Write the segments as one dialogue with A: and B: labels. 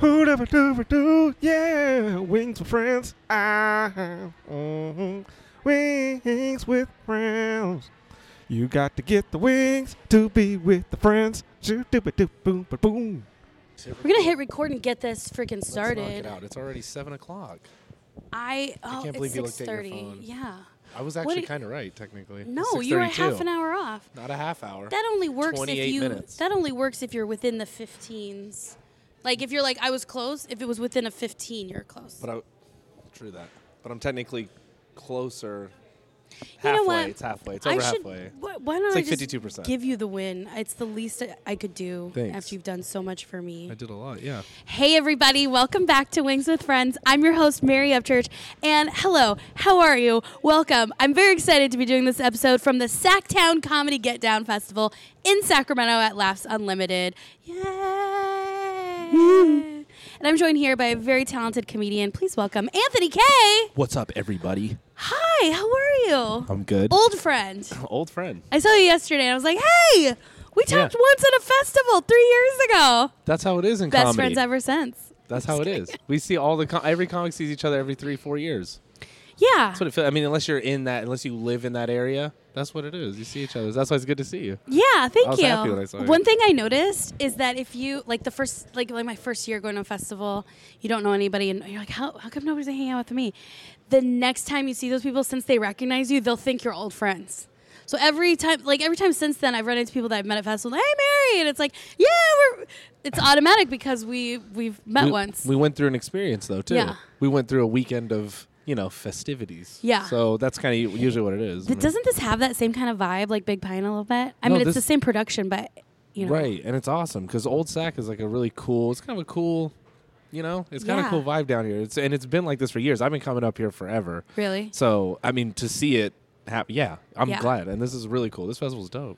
A: Who never do do? Yeah, wings with friends. Ah, mhm. wings with friends. You got to get the wings to be with the friends. Shoo, doo, ba, doo, boom, ba, boom.
B: We're gonna hit record and get this freaking started.
C: Let's knock it out. It's already seven o'clock.
B: I oh,
C: can't
B: it's
C: believe you looked at your
B: 6:30.
C: phone.
B: Yeah.
C: I was
B: do
C: actually
B: you-
C: kind of right, technically. It's
B: No, you were
C: 6:32.
B: half an hour off.
C: Not a half hour.
B: That only works if
C: 28
B: you.
C: minutes.
B: That only works if you're within the 15s. Like if you're like I was close. If it was within a 15, you're close.
C: but I, true that. But I'm technically closer.
B: you
C: Halfway.
B: know what?
C: It's halfway. It's
B: I
C: over
B: should-
C: halfway.
B: wh- why not
C: It's
B: I
C: like
B: just
C: 52%.
B: give you the win? It's the least I- I could do
C: Thanks.
B: after you've done so much for me.
C: did a lot. Yeah.
B: Hey, everybody, welcome back to Wings with Friends. I'm your host, Mary Upchurch, and hello, how are you? Welcome. I'm very excited to be doing this episode from the Sacktown Comedy Get Down Festival in Sacramento at Laughs Unlimited. Yay! And I'm joined here by a very talented comedian. Please welcome Anthony K.
D: What's up, everybody?
B: Hi, how are you?
D: I'm good.
B: Old friend.
C: Old friend.
B: I saw you yesterday, and I was like, hey, we talked once at a festival three years ago.
C: That's how it is in
B: Best
C: comedy.
B: friends ever since.
C: That's how it is. We see all the com- every comic sees each other every three four years.
B: Yeah.
C: That's what it feels. I mean, unless you're in that, unless you live in that area, that's what it is. You see each other. That's why it's good to see you.
B: Yeah, thank
C: was
B: you.
C: happy when I saw you.
B: One thing I noticed is that if you like the first like like my first year going to a festival, you don't know anybody and you're like, How how come nobody's hanging out with me? The next time you see those people since they recognize you, they'll think you're old friends. So every time like every time since then I've run into people that I've met at festivals, hey Mary, and it's like, Yeah, we're it's automatic because we we've met
C: we,
B: once.
C: We went through an experience though too.
B: Yeah.
C: We went through a weekend of you know festivities.
B: Yeah.
C: So that's kind of usually what it is. I
B: But
C: mean-
B: doesn't this have that same kind of vibe like Big Pine a little bit? I
C: Mm. No,
B: mean it's
C: this-
B: the same production, but you know
C: Right, and it's awesome because Old Sac is like a really cool. It's kind of a cool, you know, it's kind
B: Yeah.
C: of cool vibe down here. It's and it's been like this for years. I've been coming up here forever.
B: Really?
C: So I mean, to see it happen, yeah, I'm
B: Yeah.
C: glad. And this is really cool. This festival's dope.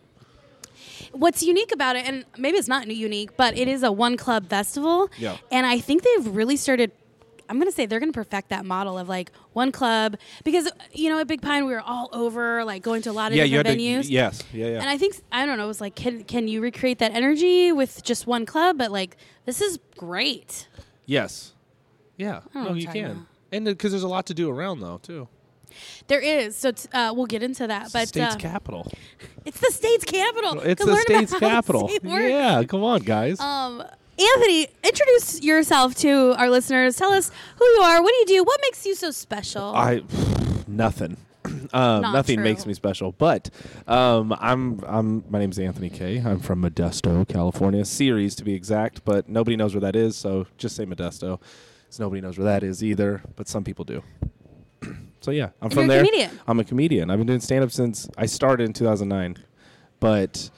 B: what's unique about it, and maybe it's not unique, but it is a one club festival.
C: Yeah.
B: And I think they've really started. I'm gonna say they're gonna perfect that model of like one club because you know at Big Pine we were all over like going to a lot of
C: yeah, you had
B: different venues.
C: to. Yes, yeah, yeah.
B: And I think I don't know. It was like, can can you recreate that energy with just one club? But like, this is great.
C: yes, yeah.
B: know
C: No,
B: what
C: you
B: I'm talking
C: can.
B: about.
C: And because there's a lot to do around though too.
B: There is so t- uh, we'll get into that.
C: It's the
B: but
C: state's
B: uh,
C: capital.
B: it's the state's capital.
C: It's
B: Go
C: the
B: learn about
C: state's
B: how the
C: capital.
B: state works.
C: yeah, come on, guys.
B: Um, Anthony, introduce yourself to our listeners. Tell us who you are, what do you do, what makes you so special.
D: I nothing. Um,
B: Not
D: nothing
B: true.
D: makes me special, but um, I'm I'm my name's Anthony K. I'm from Modesto, California, Ceres to be exact. But nobody knows where that is, so just say Modesto, 'cause nobody knows where that is either. But some people do. so yeah, I'm
B: And
D: from
B: you're a
D: there.
B: comedian.
D: I'm a comedian. I've been doing stand up since I started in 2009, but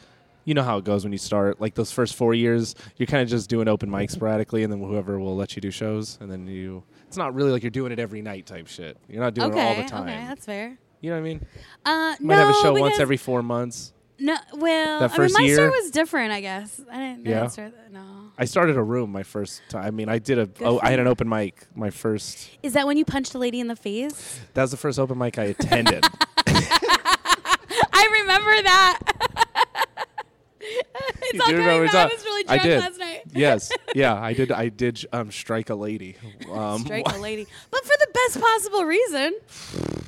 D: you know how it goes when you start. Like those first four years, you're kind of just doing open mics sporadically, and then whoever will let you do shows, and then you. It's not really like you're doing it every night type shit. You're not doing
B: okay,
D: it all the time.
B: okay, that's fair.
D: you know what I mean?
B: Uh,
D: Might
B: no,
D: have a show once
B: because-
D: every four months.
B: No, well,
D: that first
B: I mean, my
D: year.
B: story was different, I guess. I didn't. I
D: Yeah.
B: didn't start that- no.
D: I started a room my first time. I mean, I did a. Oh,
B: for
D: I had an open mic. My first.
B: Is that when you punched a lady in the face?
D: That was the first open mic I attended.
B: I remember that. it's
D: You
B: all
D: do
B: coming
D: remember
B: back. I
D: that.
B: was really
D: I
B: drunk
D: did.
B: last night.
D: yes. Yeah. I did. I did. Um, strike a lady. Um,
B: Strike a lady, but for the best possible reason.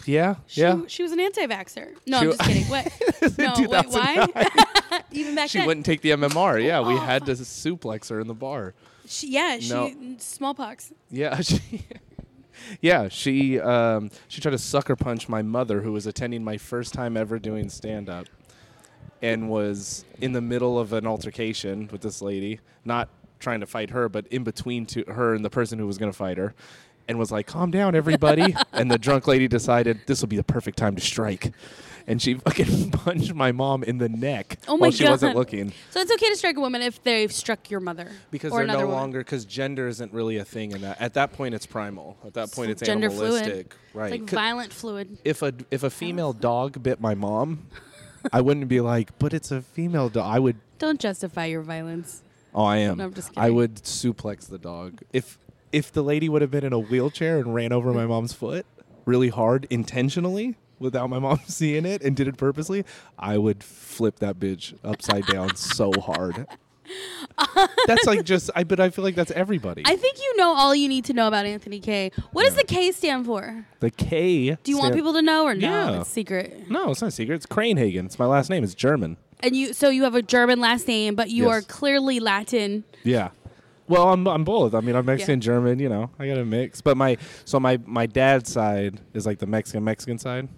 D: Yeah. Yeah.
B: She, she was an anti-vaxxer. No,
D: She
B: I'm
D: wa-
B: just kidding. What?
D: In
B: No, wait, why?
D: 2009.
B: Even back
D: she
B: then,
D: wouldn't take the MMR. Yeah,
B: Oh,
D: we had to suplex her in the bar.
B: She, yeah, she
D: No.
B: n- smallpox.
D: Yeah, she. Yeah, she um, she tried to sucker punch my mother, who was attending my first time ever doing stand up, and was in the middle of an altercation with this lady, not trying to fight her, but in between to her and the person who was going to fight her, and was like, "Calm down, everybody." and the drunk lady decided this will be the perfect time to strike, and she fucking punched my mom in the neck
B: Oh my
D: while she wasn't
B: God.
D: looking.
B: So it's okay to strike a woman if they've struck your mother
C: because
B: or
C: they're no
B: another woman.
C: longer because gender isn't really a thing in that. At that point, it's primal. At that point, it's
B: gender
C: animalistic.
B: fluid.
C: Right.
B: It's like
C: C-
B: violent fluid.
D: if a if a female dog bit my mom, I wouldn't be like, but it's a female dog. I would.
B: Don't justify your violence.
D: Oh, I am.
B: No, I'm just
D: I
B: kidding.
D: would suplex the dog if if the lady would have been in a wheelchair and ran over my mom's foot really hard intentionally without my mom seeing it and did it purposely. I would flip that bitch upside down so hard. That's like just I but I feel like that's everybody.
B: I think you know all you need to know about Anthony K. What does the K stand for?
D: the K.
B: Do you want
D: stand-
B: people to know or no?
D: Yeah.
B: It's secret.
D: No, it's not a secret. It's Cranehagen. It's my last name. It's German.
B: And you so you have a German last name, but you
D: Yes.
B: are clearly Latin.
D: Yeah. Well, I'm I'm both. I mean, I'm Mexican German. You know, I got a mix. But my so my my dad's side is like the Mexican Mexican side,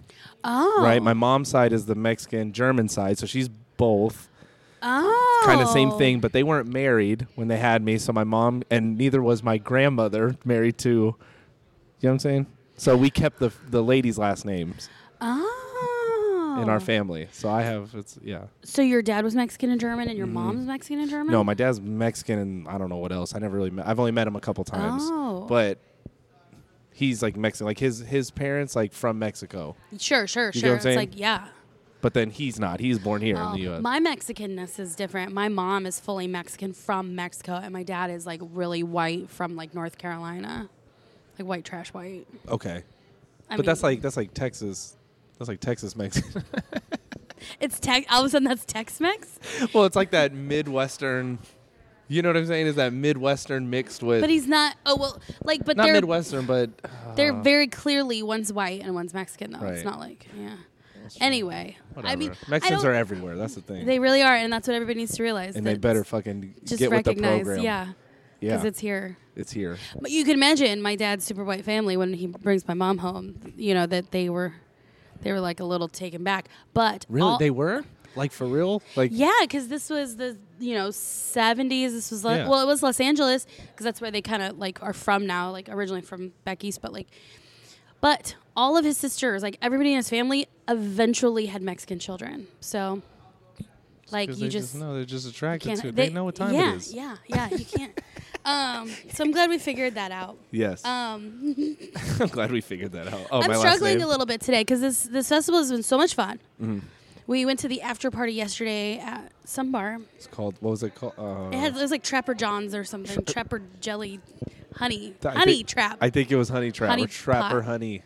B: Oh.
D: right? My mom's side is the Mexican German side. So she's both.
B: Oh.
D: Kind of same thing, but they weren't married when they had me. So my mom and neither was my grandmother married to. You know what I'm saying? So we kept the the ladies' last names
B: Oh.
D: in our family. So I have it's yeah.
B: So your dad was Mexican and German, and your mom's Mexican and German.
D: Mm-hmm. No, my dad's Mexican and I don't know what else. I never really met. I've only met him a couple times.
B: Oh.
D: But he's like Mexican. Like his his parents like from Mexico.
B: Sure, sure,
D: You get
B: sure.
D: what I'm
B: It's
D: saying?
B: like yeah.
D: But then he's not. He's born here in the
B: Oh,
D: US.
B: my Mexicanness is different. My mom is fully Mexican from Mexico, and my dad is like really white from like North Carolina, like white trash white.
D: okay.
B: I
D: but that's
B: mean,
D: like that's like Texas. That's like Texas Mexican.
B: it's Tex. All of a sudden, that's Tex-Mex.
D: well, it's like that Midwestern you know what I'm saying? Is that Midwestern mixed with
B: But he's not. Oh well, like but
D: not
B: they're
D: Midwestern, but
B: they're very clearly one's white and one's Mexican though. It's
D: Right.
B: not like yeah. Anyway,
D: whatever.
B: I mean
D: Mexicans
B: I
D: are
B: don't-
D: everywhere. That's the thing.
B: They really are, and that's what everybody needs to realize.
D: and they
B: that
D: better fucking
B: just
D: get with the
B: recognize,
D: program.
B: yeah,
D: Yeah.
B: because it's here.
D: it's here.
B: But you can imagine my dad's super white family when he brings my mom home. You know that they were, they were like a little taken back. But
D: Really?
B: all-
D: they were? Like for real? Like
B: yeah, because this was the you know seventies. This was like
D: Yeah.
B: well, it was Los Angeles because that's where they kind of like are from now. Like originally from back east, but like, but all of his sisters, like everybody in his family, eventually had Mexican children. So, like
D: 'Cause
B: you
D: they
B: just.
D: know they're just attracted
B: can't-
D: to it. They, know what time
B: yeah,
D: it is.
B: Yeah, yeah, you can't. um, so I'm glad we figured that out.
D: Yes,
B: Um,
D: I'm glad we figured that out. Oh,
B: I'm
D: my
B: struggling
D: last name. Mm-hmm.
B: a little bit today because this this festival has been so much fun. We went to the after party yesterday at some bar.
D: It's called what was it called? Uh,
B: It, had, it was like Trapper John's or something. Trapper Jelly, honey,
D: th- I
B: honey
D: think-
B: trap.
D: I think it was Honey Trap
B: Honey
D: or Trapper
B: Pot.
D: Honey.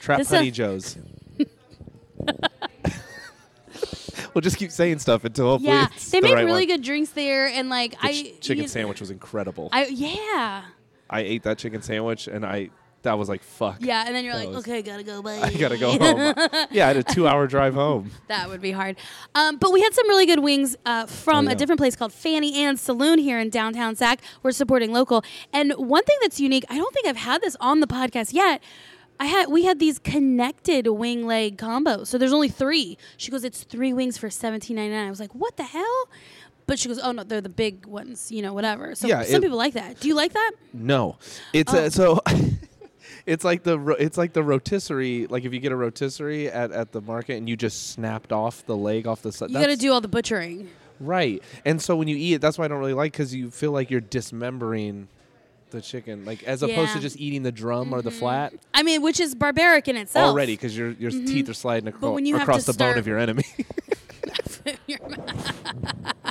D: Trap
B: This
D: Honey
B: is-
D: Joe's. we'll just keep saying stuff until hopefully
B: yeah,
D: it's
B: they
D: the
B: make
D: right
B: really
D: one.
B: good drinks there, and like
D: The
B: I
D: ch- chicken
B: you-
D: sandwich was incredible. I,
B: I yeah,
D: ate that chicken sandwich and I that was like fuck.
B: yeah, and then you're like,
D: was-
B: okay, gotta go, bye.
D: I gotta go home. yeah, I had a two-hour drive home.
B: That would be hard. Um, but we had some really good wings uh, from
D: Oh,
B: a
D: yeah.
B: different place called Fanny Ann's Saloon here in downtown Sac. We're supporting local. And one thing that's unique, I don't think I've had this on the podcast yet. I had we had these connected wing leg combos. So there's only three. She goes, it's three wings for seventeen ninety nine. I was like, what the hell? But she goes, oh no, they're the big ones, you know, whatever. So
D: Yeah,
B: some
D: it-
B: people like that. Do you like that?
D: No, it's
B: Oh.
D: uh so. It's like the ro- it's like the rotisserie. Like if you get a rotisserie at, at the market and you just snapped off the leg off the side.
B: You got to do all the butchering.
D: right. And so when you eat it, that's why I don't really like because you feel like you're dismembering the chicken, like as opposed to
B: Yeah.
D: just eating the drum or the flat already
B: I mean, which is barbaric in itself. Mm-hmm.
D: already because your your teeth are sliding acro-
B: when you have
D: across
B: to
D: the bone
B: start-
D: of your enemy.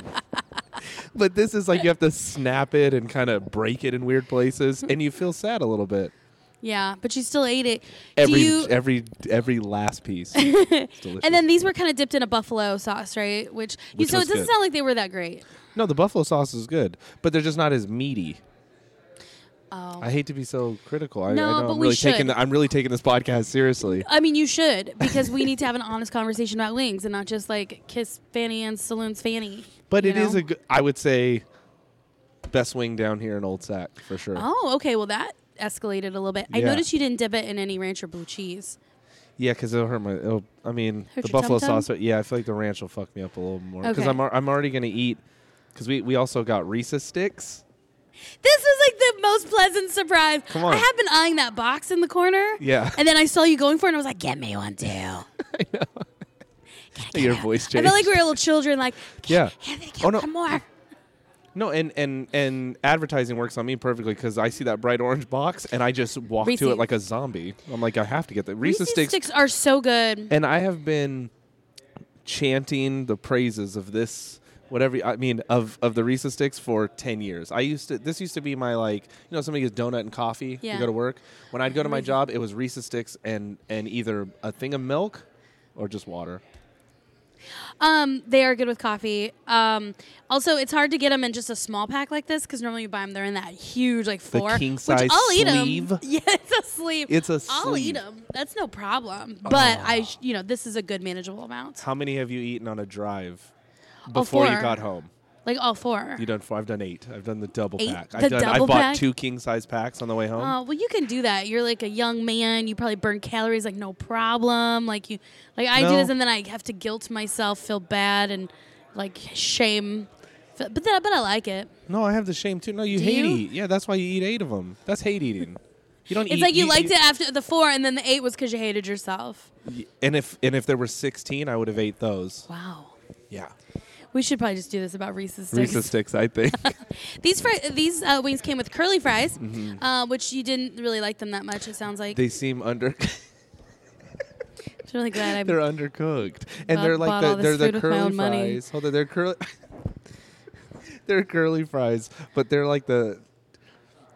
D: but this is like you have to snap it and kind of break it in weird places, and you feel sad a little bit.
B: yeah, but she still ate it.
D: Every
B: do you,
D: every every last piece. It's delicious.
B: And then these were kind of dipped in a buffalo sauce, right? Which, you
D: Which
B: so it
D: was
B: doesn't
D: good.
B: sound like they were that great.
D: no, the buffalo sauce is good, but they're just not as meaty.
B: Oh.
D: I hate to be so critical. I, I
B: No,
D: know
B: but
D: I'm
B: we
D: really
B: should.
D: taking the, I'm really taking this podcast seriously.
B: I mean, you should because we need to have an honest conversation about wings and not just like kiss Fanny and Saloon's Fanny.
D: But
B: you
D: it is
B: know?
D: a good, I would say best wing down here in Old Sac for sure.
B: Oh, okay. Well, that escalated a little bit. I
D: Yeah.
B: noticed you didn't dip it in any ranch or blue cheese.
D: Yeah, because it'll hurt my. It'll, I mean,
B: Hurt
D: the
B: your
D: buffalo
B: tum-tum?
D: sauce. But yeah, I feel like the ranch will fuck me up a little more because
B: Okay.
D: I'm al- I'm already gonna eat. Because we, we also got Reese's sticks.
B: This was like the most pleasant surprise.
D: Come on.
B: I had been eyeing that box in the corner.
D: Yeah.
B: And then I saw you going for it, and I was like, "Get me one too."
D: Your voice
B: I
D: changed.
B: felt like we were little children. Like,
D: yeah.
B: "Get- get
D: Oh, no.
B: one more.
D: No, and and and advertising works on me perfectly because I see that bright orange box and I just walk
B: Reese's.
D: to it like a zombie. I'm like, I have to get the Reese's,
B: Reese's
D: sticks.
B: sticks are so good.
D: And I have been chanting the praises of this whatever I mean of of the Reese's sticks for ten years. I used to this used to be my like you know somebody gets donut and coffee.
B: Yeah. Mm-hmm.
D: You go to work. When I'd go to my job, it was Reese's sticks and and either a thing of milk or just water.
B: Um, they are good with coffee. Um, also, it's hard to get them in just a small pack like this because normally you buy them, they're in that huge, like four.
D: king-size
B: which I'll eat 'em.
D: sleeve?
B: Yeah, it's a sleeve.
D: It's a
B: I'll eat
D: sleeve.
B: them. That's no problem. But I, sh- you know, this is a good manageable amount.
D: How many have you eaten on a drive before you
B: Oh, four.
D: got home?
B: Like all four.
D: You done four. I've done eight. I've done the double
B: Eight?
D: pack.
B: The
D: I've done. I
B: double
D: bought
B: pack?
D: two king size packs on the way home.
B: Oh well, you can do that. You're like a young man. You probably burn calories like no problem. Like you, like I do
D: No.
B: this, and then I have to guilt myself, feel bad, and like shame. F- But then, but I like it.
D: No, I have the shame too. No, you
B: Do
D: hate
B: you?
D: eat. Yeah, that's why you eat eight of them. That's hate eating. You don't.
B: It's
D: eat,
B: like you
D: eat-
B: liked
D: eat-
B: it after the four, and then the eight was because you hated yourself.
D: And if and if there were sixteen, I would have ate those.
B: Wow.
D: Yeah,
B: We should probably just do this about Reese's sticks.
D: Reese's sticks. I think.
B: These fri- these uh, wings came with curly fries, uh, which you didn't really like them that much. It sounds like.
D: Mm-hmm. they seem under.
B: I'm really glad
D: they're
B: I.
D: undercooked, and
B: Bought-
D: they're
B: bought
D: like
B: all
D: the, they're
B: this food
D: the
B: with my
D: curly
B: own money.
D: fries. Hold on, they're curly. they're curly fries, but they're like the.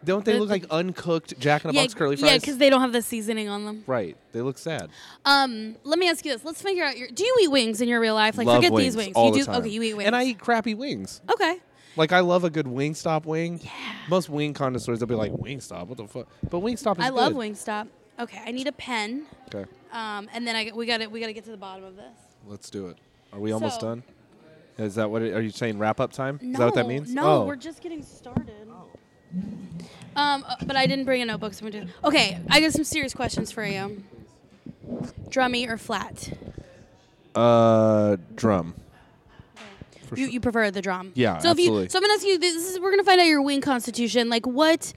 D: Don't they
B: The-
D: look like uncooked Jack in a
B: Yeah,
D: Box curly fries?
B: yeah, because they don't have the seasoning on them.
D: right. They look sad.
B: Um, let me ask you this. Let's figure out your. Do you eat wings in your real life? Like,
D: Love
B: forget
D: wings
B: these wings.
D: all
B: you
D: the
B: do.
D: time.
B: Okay, you eat wings.
D: and I eat crappy wings.
B: Okay.
D: Like I love a good Wingstop wing. Yeah. Most wing connoisseurs will be like Wingstop, what the fuck? But Wingstop is
B: I love
D: good.
B: Wingstop. Okay, I need a pen.
D: Okay,
B: Um, and then I we got to we got to get to the bottom of this.
D: let's do it. Are we almost
B: So-
D: done? Is that what it, are you saying? Wrap up time?
B: No,
D: is that what that means?
B: No,
D: Oh.
B: we're just getting started. Um, uh, but I didn't bring a notebook, so I'm gonna do. Okay, I got some serious questions for you. Drummy or flat?
D: uh drum. For
B: You,
D: sure.
B: you prefer the drum.
D: Yeah,
B: So if
D: absolutely.
B: you, so I'm gonna ask you this is we're gonna find out your wing constitution. Like what,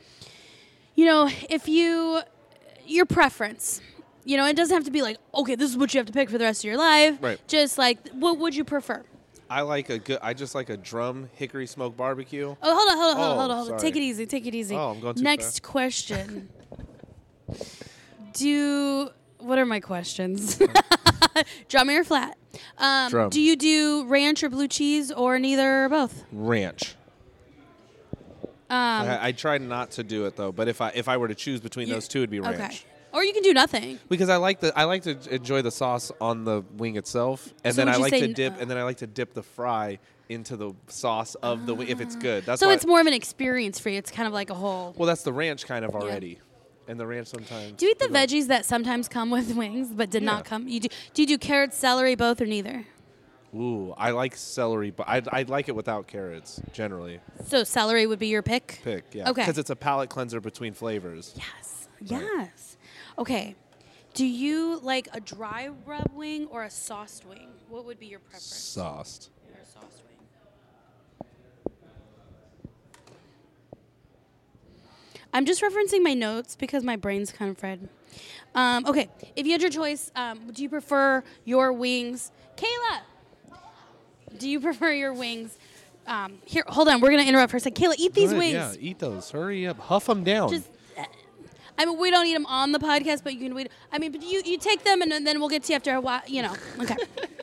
B: you know, if you, your preference. You know, it doesn't have to be like okay, this is what you have to pick for the rest of your life.
D: Right.
B: Just like what would you prefer?
D: I like a good. I just like a drum hickory smoke barbecue.
B: Oh, hold on, hold on, hold on,
D: Oh,
B: hold on, hold on. Take it
D: sorry.
B: easy, take it easy.
D: Oh, I'm going too
B: Next
D: fast.
B: question. do what are my questions? Drum or flat? Um,
D: Drum.
B: Do you do ranch or blue cheese or neither or both?
D: Ranch.
B: Um,
D: I, I try not to do it though, but if I if I were to choose between
B: You-
D: those two, it'd be ranch.
B: Okay. Or you can do nothing.
D: Because I like the I like to j- enjoy the sauce on the wing itself, and
B: So
D: then
B: would
D: I
B: you
D: like
B: say
D: to
B: n-
D: dip,
B: uh,
D: and then I like to dip the fry into the sauce of the wing if it's good. That's
B: so
D: why-
B: it's more of an experience for you. It's kind of like a whole.
D: well. That's the ranch kind of already, and the ranch sometimes.
B: Do you eat the veggies that sometimes come with wings but did
D: Yeah.
B: not come? You do. Do you do carrots, celery, both or neither?
D: Ooh, I like celery, but I I like it without carrots generally.
B: So celery would be your pick.
D: Pick yeah,
B: Okay.
D: because it's a palate cleanser between flavors.
B: Yes. Yes. Okay. Do you like a dry rub wing or a sauced wing? What would be your preference?
D: Sauced.
B: Or a sauced wing. I'm just referencing my notes because my brain's kind of fried. Um, okay, if you had your choice, um, do you prefer your wings, Kayla? Do you prefer your wings? Um, here, hold on. We're gonna interrupt for a second. Kayla, eat these
D: Good,
B: wings.
D: Yeah, eat those. Hurry up, huff them down.
B: Just, I mean, we don't eat them on the podcast, but you can. We, I mean, but you, you take them and then we'll get to you after a while. You know. Okay.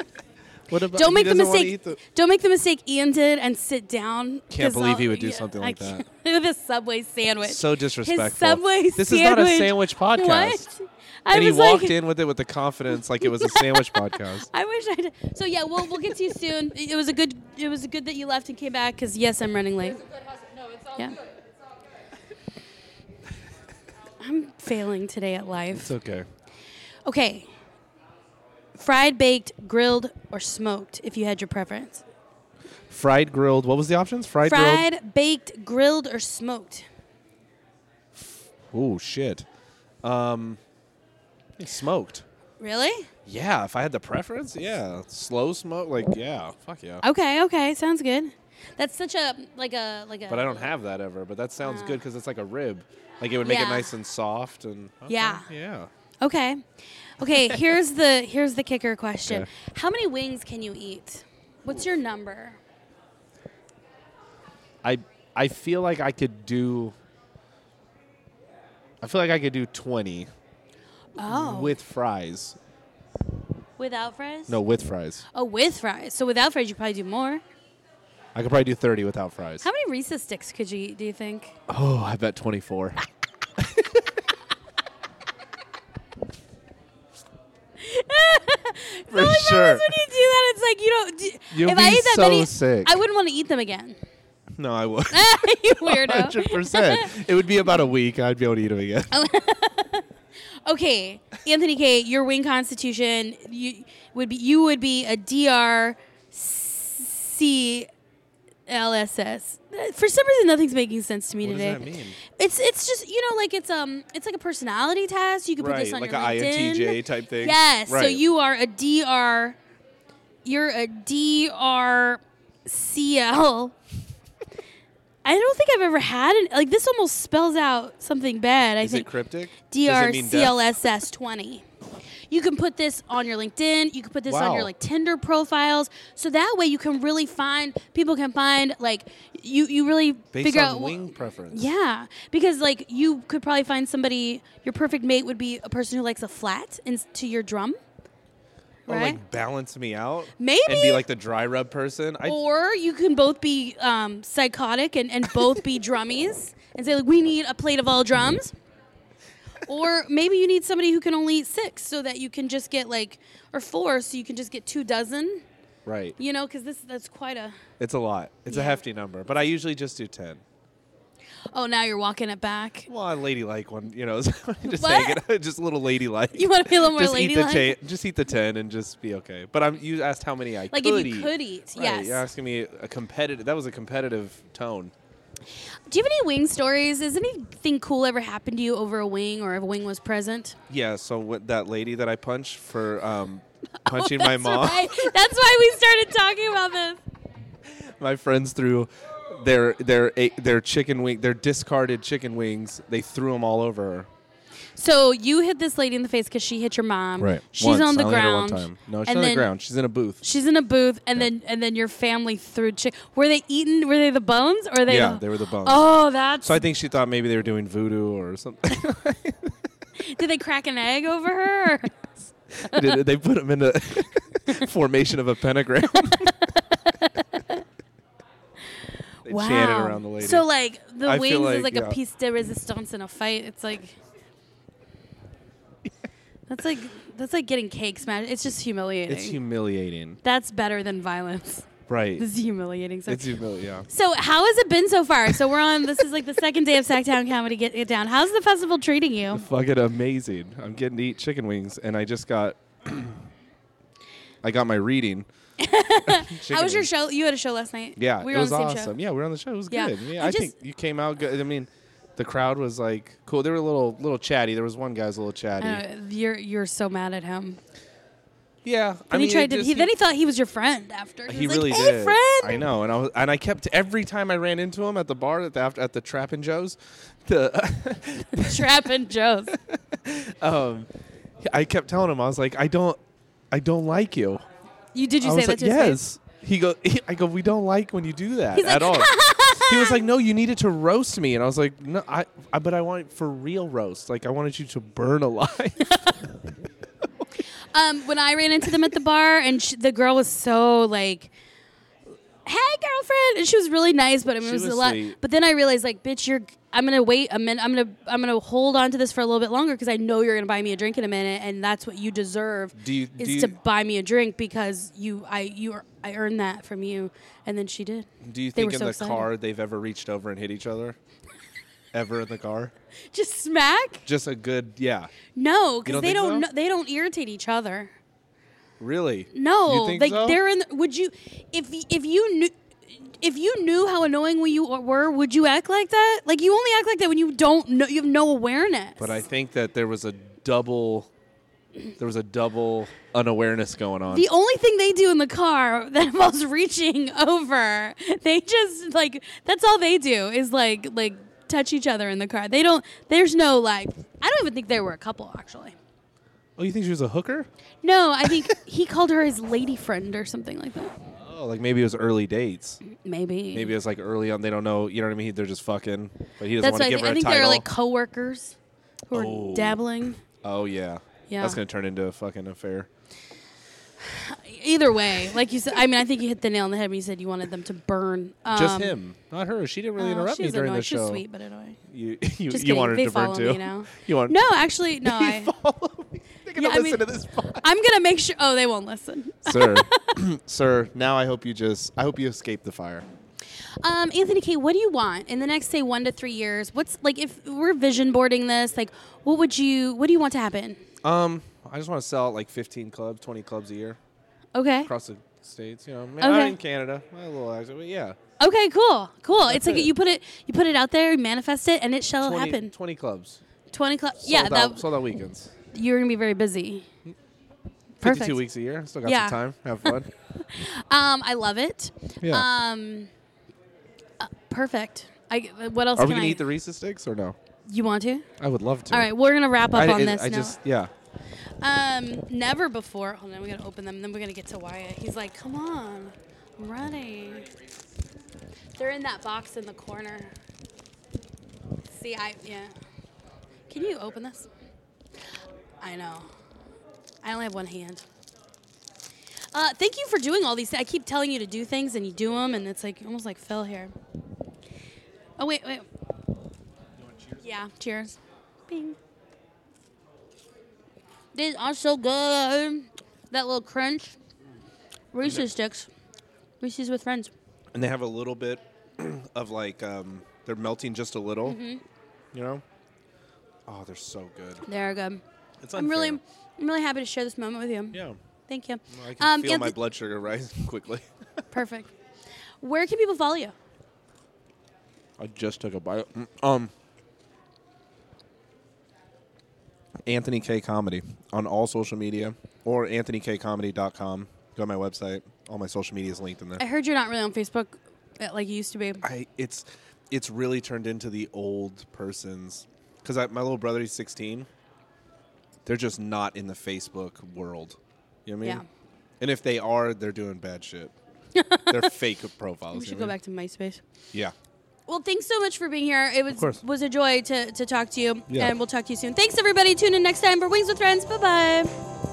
D: what about,
B: don't make the
D: doesn't wanna
B: mistake.
D: eat the-
B: don't make the mistake Ian did and sit down.
D: Can't
B: 'cause
D: believe
B: I'll-
D: he would do
B: yeah,
D: something
B: I
D: like
B: can't- With a Subway sandwich.
D: So disrespectful.
B: His Subway
D: This is not
B: sandwich.
D: a sandwich podcast.
B: What? I
D: and he
B: was like-
D: walked in with it with the confidence like it was a sandwich podcast.
B: I wish I did. So yeah, we'll we'll get to you soon. It it was a good. It was good that you left and came back because yes, I'm running late. yeah. I'm failing today at life.
D: It's okay.
B: Okay. Fried, baked, grilled, or smoked, if you had your preference.
D: Fried grilled. What was the options? Fried,
B: Fried, baked, grilled, or smoked.
D: grilled. Oh shit. Um smoked.
B: Really?
D: Yeah, if I had the preference, yeah. Slow smoke, like yeah. Fuck yeah.
B: Okay, okay, sounds good. That's such a like a like a.
D: But I don't have that ever, but that sounds good cuz it's like a rib. Like it would make
B: Uh. Yeah.
D: it nice and soft and okay,
B: Yeah.
D: Yeah.
B: Okay, okay. Here's the here's the kicker question.
D: Okay.
B: How many wings can you eat? What's your number?
D: I I feel like I could do I feel like I could do 20
B: Oh,
D: with fries.
B: without fries?
D: No, with fries.
B: Oh, with fries. So without fries, you probably do more.
D: I could probably do 30 without fries.
B: How many Reese's sticks could you eat? Do you think?
D: Oh, I bet 24. For
B: Really matters
D: sure.
B: When you do that, it's like you don't. Do,
D: You'll
B: if I
D: be
B: ate that
D: so
B: many,
D: sick.
B: I wouldn't want to eat them again.
D: No, I would.
B: you weirdo.
D: Hundred percent. It would be about a week. I'd be able to eat them again.
B: Oh, Okay, Anthony K, your wing constitution you would be you would be a DR C L S S. For some reason, nothing's making sense to me today.
D: mean?
B: It's it's just you know like it's um it's like a personality test. You could put
D: Right,
B: this on
D: like
B: your
D: an
B: LinkedIn.
D: INTJ type thing.
B: Yes. So
D: Right.
B: you are a DR. You're a DRCL. I don't think I've ever had an like this. Almost spells out something bad. I
D: Is it
B: think
D: cryptic? Does it mean death?
B: DRCLSS twenty. You can put this on your LinkedIn. You can put this on your
D: Wow.
B: like Tinder profiles. So that way you can really find people can find like you you really
D: Based
B: figure
D: on
B: out wh-
D: wing preference.
B: yeah, because like you could probably find somebody. Your perfect mate would be a person who likes a flat in, to your drum,
D: Or
B: right?
D: Oh, like balance me out. And
B: Maybe.
D: be like the dry rub person. I
B: or you can both be um, psychotic and, and both be drummies and say like we need a plate of all drums. Or maybe you need somebody who can only eat six, so that you can just get like, or four, so you can just get two dozen.
D: right.
B: You know, because this that's quite a.
D: It's a lot. It's a
B: Yeah.
D: hefty number. But I usually just do ten.
B: Oh, now you're walking it back.
D: Well, I ladylike one, you know, just
B: What?
D: saying it, just a little ladylike.
B: You want to be a little more
D: just
B: ladylike.
D: Eat the cha- just eat the ten and just be okay. But I'm you asked how many I
B: Like, if
D: could
B: you
D: eat.
B: could eat,
D: Right,
B: yes.
D: You're asking me a competitive. That was a competitive tone.
B: Do you have any wing stories? Has anything cool ever happened to you over a wing or if a wing was present?
D: Yeah. So what that lady that I punched for um, punching my
B: Oh, That's
D: mom.
B: right. That's why we started talking about this.
D: my friends threw their their a- their chicken wing their discarded chicken wings they threw them all over her
B: So you hit this lady in the face because she hit your mom. Mm. She's
D: Once.
B: on
D: I only
B: the
D: hit her
B: ground.
D: one time. no she's
B: and
D: on the
B: then
D: ground she's in a booth
B: She's in a booth, and then and then your family threw chick. Were they eaten? Were they the bones? Or they?
D: yeah they were the bones
B: Oh, that's.
D: so i think she thought maybe they were doing voodoo or something
B: did they crack an egg over her?
D: they they put them in a formation of a pentagram they
B: wow.
D: chanted around the lady
B: So like the
D: I feel
B: wings is
D: like,
B: like
D: yeah.
B: a piece de resistance in a fight. It's like. That's like that's like getting cake smashed. It's just humiliating.
D: it's humiliating
B: That's better than violence.
D: right
B: This is humiliating. So,
D: it's humiliating yeah
B: so how has it been so far? So we're on. This is like the second day of Sacktown Comedy. Get it down. How's the festival treating you?
D: fucking amazing. I'm getting to eat chicken wings, and I just got, I got my reading. Chicken
B: How was your
D: wings.
B: show? You had a show last night.
D: Yeah,
B: we
D: it
B: were
D: was
B: on the same
D: awesome.
B: show.
D: Yeah, we were on the show. It was
B: Yeah.
D: good. Yeah,
B: I
D: I,
B: just-
D: think you came out good. I mean, the crowd was like cool. They were a little little chatty. There was one guy who was a little chatty.
B: I know, you're you're so mad at him.
D: yeah, I
B: Then
D: mean,
B: he
D: it
B: tried to.
D: just-
B: He, then he thought he was your friend after.
D: he
B: was like,
D: really
B: hey,
D: did. I
B: friend.
D: know, and I was, and I kept every time I ran into him at the bar at the after, at the Trap and Joe's, the
B: Trapping Joe's.
D: um, I kept telling him I was like, I don't, I don't like you.
B: You did you
D: I
B: say
D: was
B: that
D: like,
B: to his face?
D: yes. He go. I go. We don't like when you do that
B: He's
D: at
B: like,
D: all. he was like, no, you needed to roast me, and I was like, no, I, I but I want it for real roast. Like I wanted you to burn alive.
B: Um, when I ran into them at the bar, and sh the girl was so like, "Hey, girlfriend," and she was really nice, but I mean, it
D: She
B: was,
D: was
B: a lot.
D: sweet.
B: But then I realized, like, bitch, you're. I'm gonna wait a minute. I'm gonna I'm gonna hold on to this for a little bit longer because I know you're gonna buy me a drink in a minute, and that's what you deserve.
D: Do you-
B: is
D: do you-
B: to buy me a drink because you I you are, I earned that from you, and then she did.
D: do you
B: They
D: think
B: were
D: in
B: so
D: the
B: excited.
D: car they've ever reached over and hit each other? ever in the car?
B: Just smack?
D: Just a good yeah.
B: No,
D: You
B: because
D: don't
B: they
D: think
B: don't
D: so?
B: kn- they don't irritate each other.
D: Really?
B: No,
D: You think
B: like
D: so?
B: they're in. The, would you, if y- if you knew, if you knew how annoying we you were, would you act like that? Like you only act like that when you don't know. You have no awareness.
D: But I think that there was a double. There was a double unawareness going on.
B: The only thing they do in the car that involves reaching over, they just like that's all they do is like like touch each other in the car. They don't. There's no like. I don't even think they were a couple actually.
D: oh, you think she was a hooker?
B: No, I think he called her his lady friend or something like that.
D: Oh, like maybe it was early dates.
B: Maybe.
D: Maybe it's like early on. They don't know. You know what I mean? They're just fucking. But he doesn't
B: that's
D: want to
B: why I
D: give
B: think,
D: her
B: I
D: a
B: think
D: title.
B: they're like coworkers who are
D: Oh.
B: dabbling.
D: oh yeah.
B: Yeah.
D: That's gonna turn into a fucking affair.
B: Either way, like you said, I mean, I think you hit the nail on the head when you said you wanted them to burn. Um,
D: Just him, not her. She didn't really
B: oh,
D: interrupt
B: she
D: me
B: was
D: during
B: annoying.
D: the
B: She was
D: show.
B: sweet but annoying.
D: You you,
B: Just
D: you
B: kidding.
D: wanted
B: they
D: to burn
B: follow
D: too.
B: me now.
D: You want
B: No, actually, no.
D: You
B: I,
D: follow me. Look at
B: Yeah, I
D: listen
B: mean-
D: to this podcast.
B: I'm gonna make sure. Oh, they won't listen.
D: sir, sir. Now I hope you just, I hope you escape the fire.
B: Um, Anthony K, what do you want in the next say one to three years? What's like if we're vision boarding this? Like, what would you? What do you want to happen?
D: Um, I just want to sell like 15 clubs, 20 clubs a year
B: Okay.
D: across the states. You know, I mean,
B: Okay.
D: I'm in Canada, a little accent, but yeah,
B: Okay. Cool. Cool. it's like
D: it.
B: you put it. You put it out there, manifest it, and it shall
D: 20,
B: happen.
D: 20 clubs.
B: Twenty club. Yeah.
D: sold
B: That
D: out, sold out weekends.
B: you're gonna be very busy.
D: 52
B: Perfect.
D: weeks a year. Still got
B: Yeah.
D: some time. Have fun.
B: Um, I love it.
D: Yeah.
B: Um, uh, perfect. I. What else?
D: Are
B: can
D: we gonna
B: I-
D: eat the Reese's sticks or no?
B: You want to?
D: I would love to.
B: All right, we're gonna wrap up
D: I,
B: on
D: it-
B: this
D: I
B: now.
D: just yeah.
B: Um, never before. Hold on, we gotta open them. Then we're gonna get to Wyatt. He's like, "Come on, I'm ready." They're in that box in the corner. See, I yeah. Can you open this? I know. I only have one hand. Uh, thank you for doing all these. thi- I keep telling you to do things, and you do them, and it's like almost like fell here. Oh wait, wait. Yeah, cheers. Bing. These are so good. That little crunch. Reese's sticks. Reese's with friends.
D: And they have a little bit of like um, they're melting just a little.
B: Mm-hmm.
D: You know. Oh, they're so good.
B: They're good.
D: It's
B: I'm really, I'm
D: unfair.
B: really happy to share this moment with you.
D: yeah.
B: Thank you.
D: I can feel my
B: Anthony-
D: blood sugar rise quickly.
B: Perfect. Where can people follow you?
D: I just took a bite. Mm, Um. Anthony K Comedy on all social media or anthonykcomedy.com. Go to my website. All my social media is linked in there.
B: I heard you're not really on Facebook uh, like you used to be.
D: I it's it's really turned into the old person's because my little brother he's 16. They're just not in the Facebook world. You know what I mean?
B: Yeah.
D: And if they are, they're doing bad shit. they're fake profiles.
B: We
D: you
B: should
D: know
B: go
D: what I
B: back to MySpace.
D: mean? Yeah.
B: Well, thanks so much for being here. It was
D: course.
B: was a joy to, to talk to you,
D: Yeah.
B: and we'll talk to you soon. Thanks, everybody. Tune in next time for Wings with Friends. Bye bye.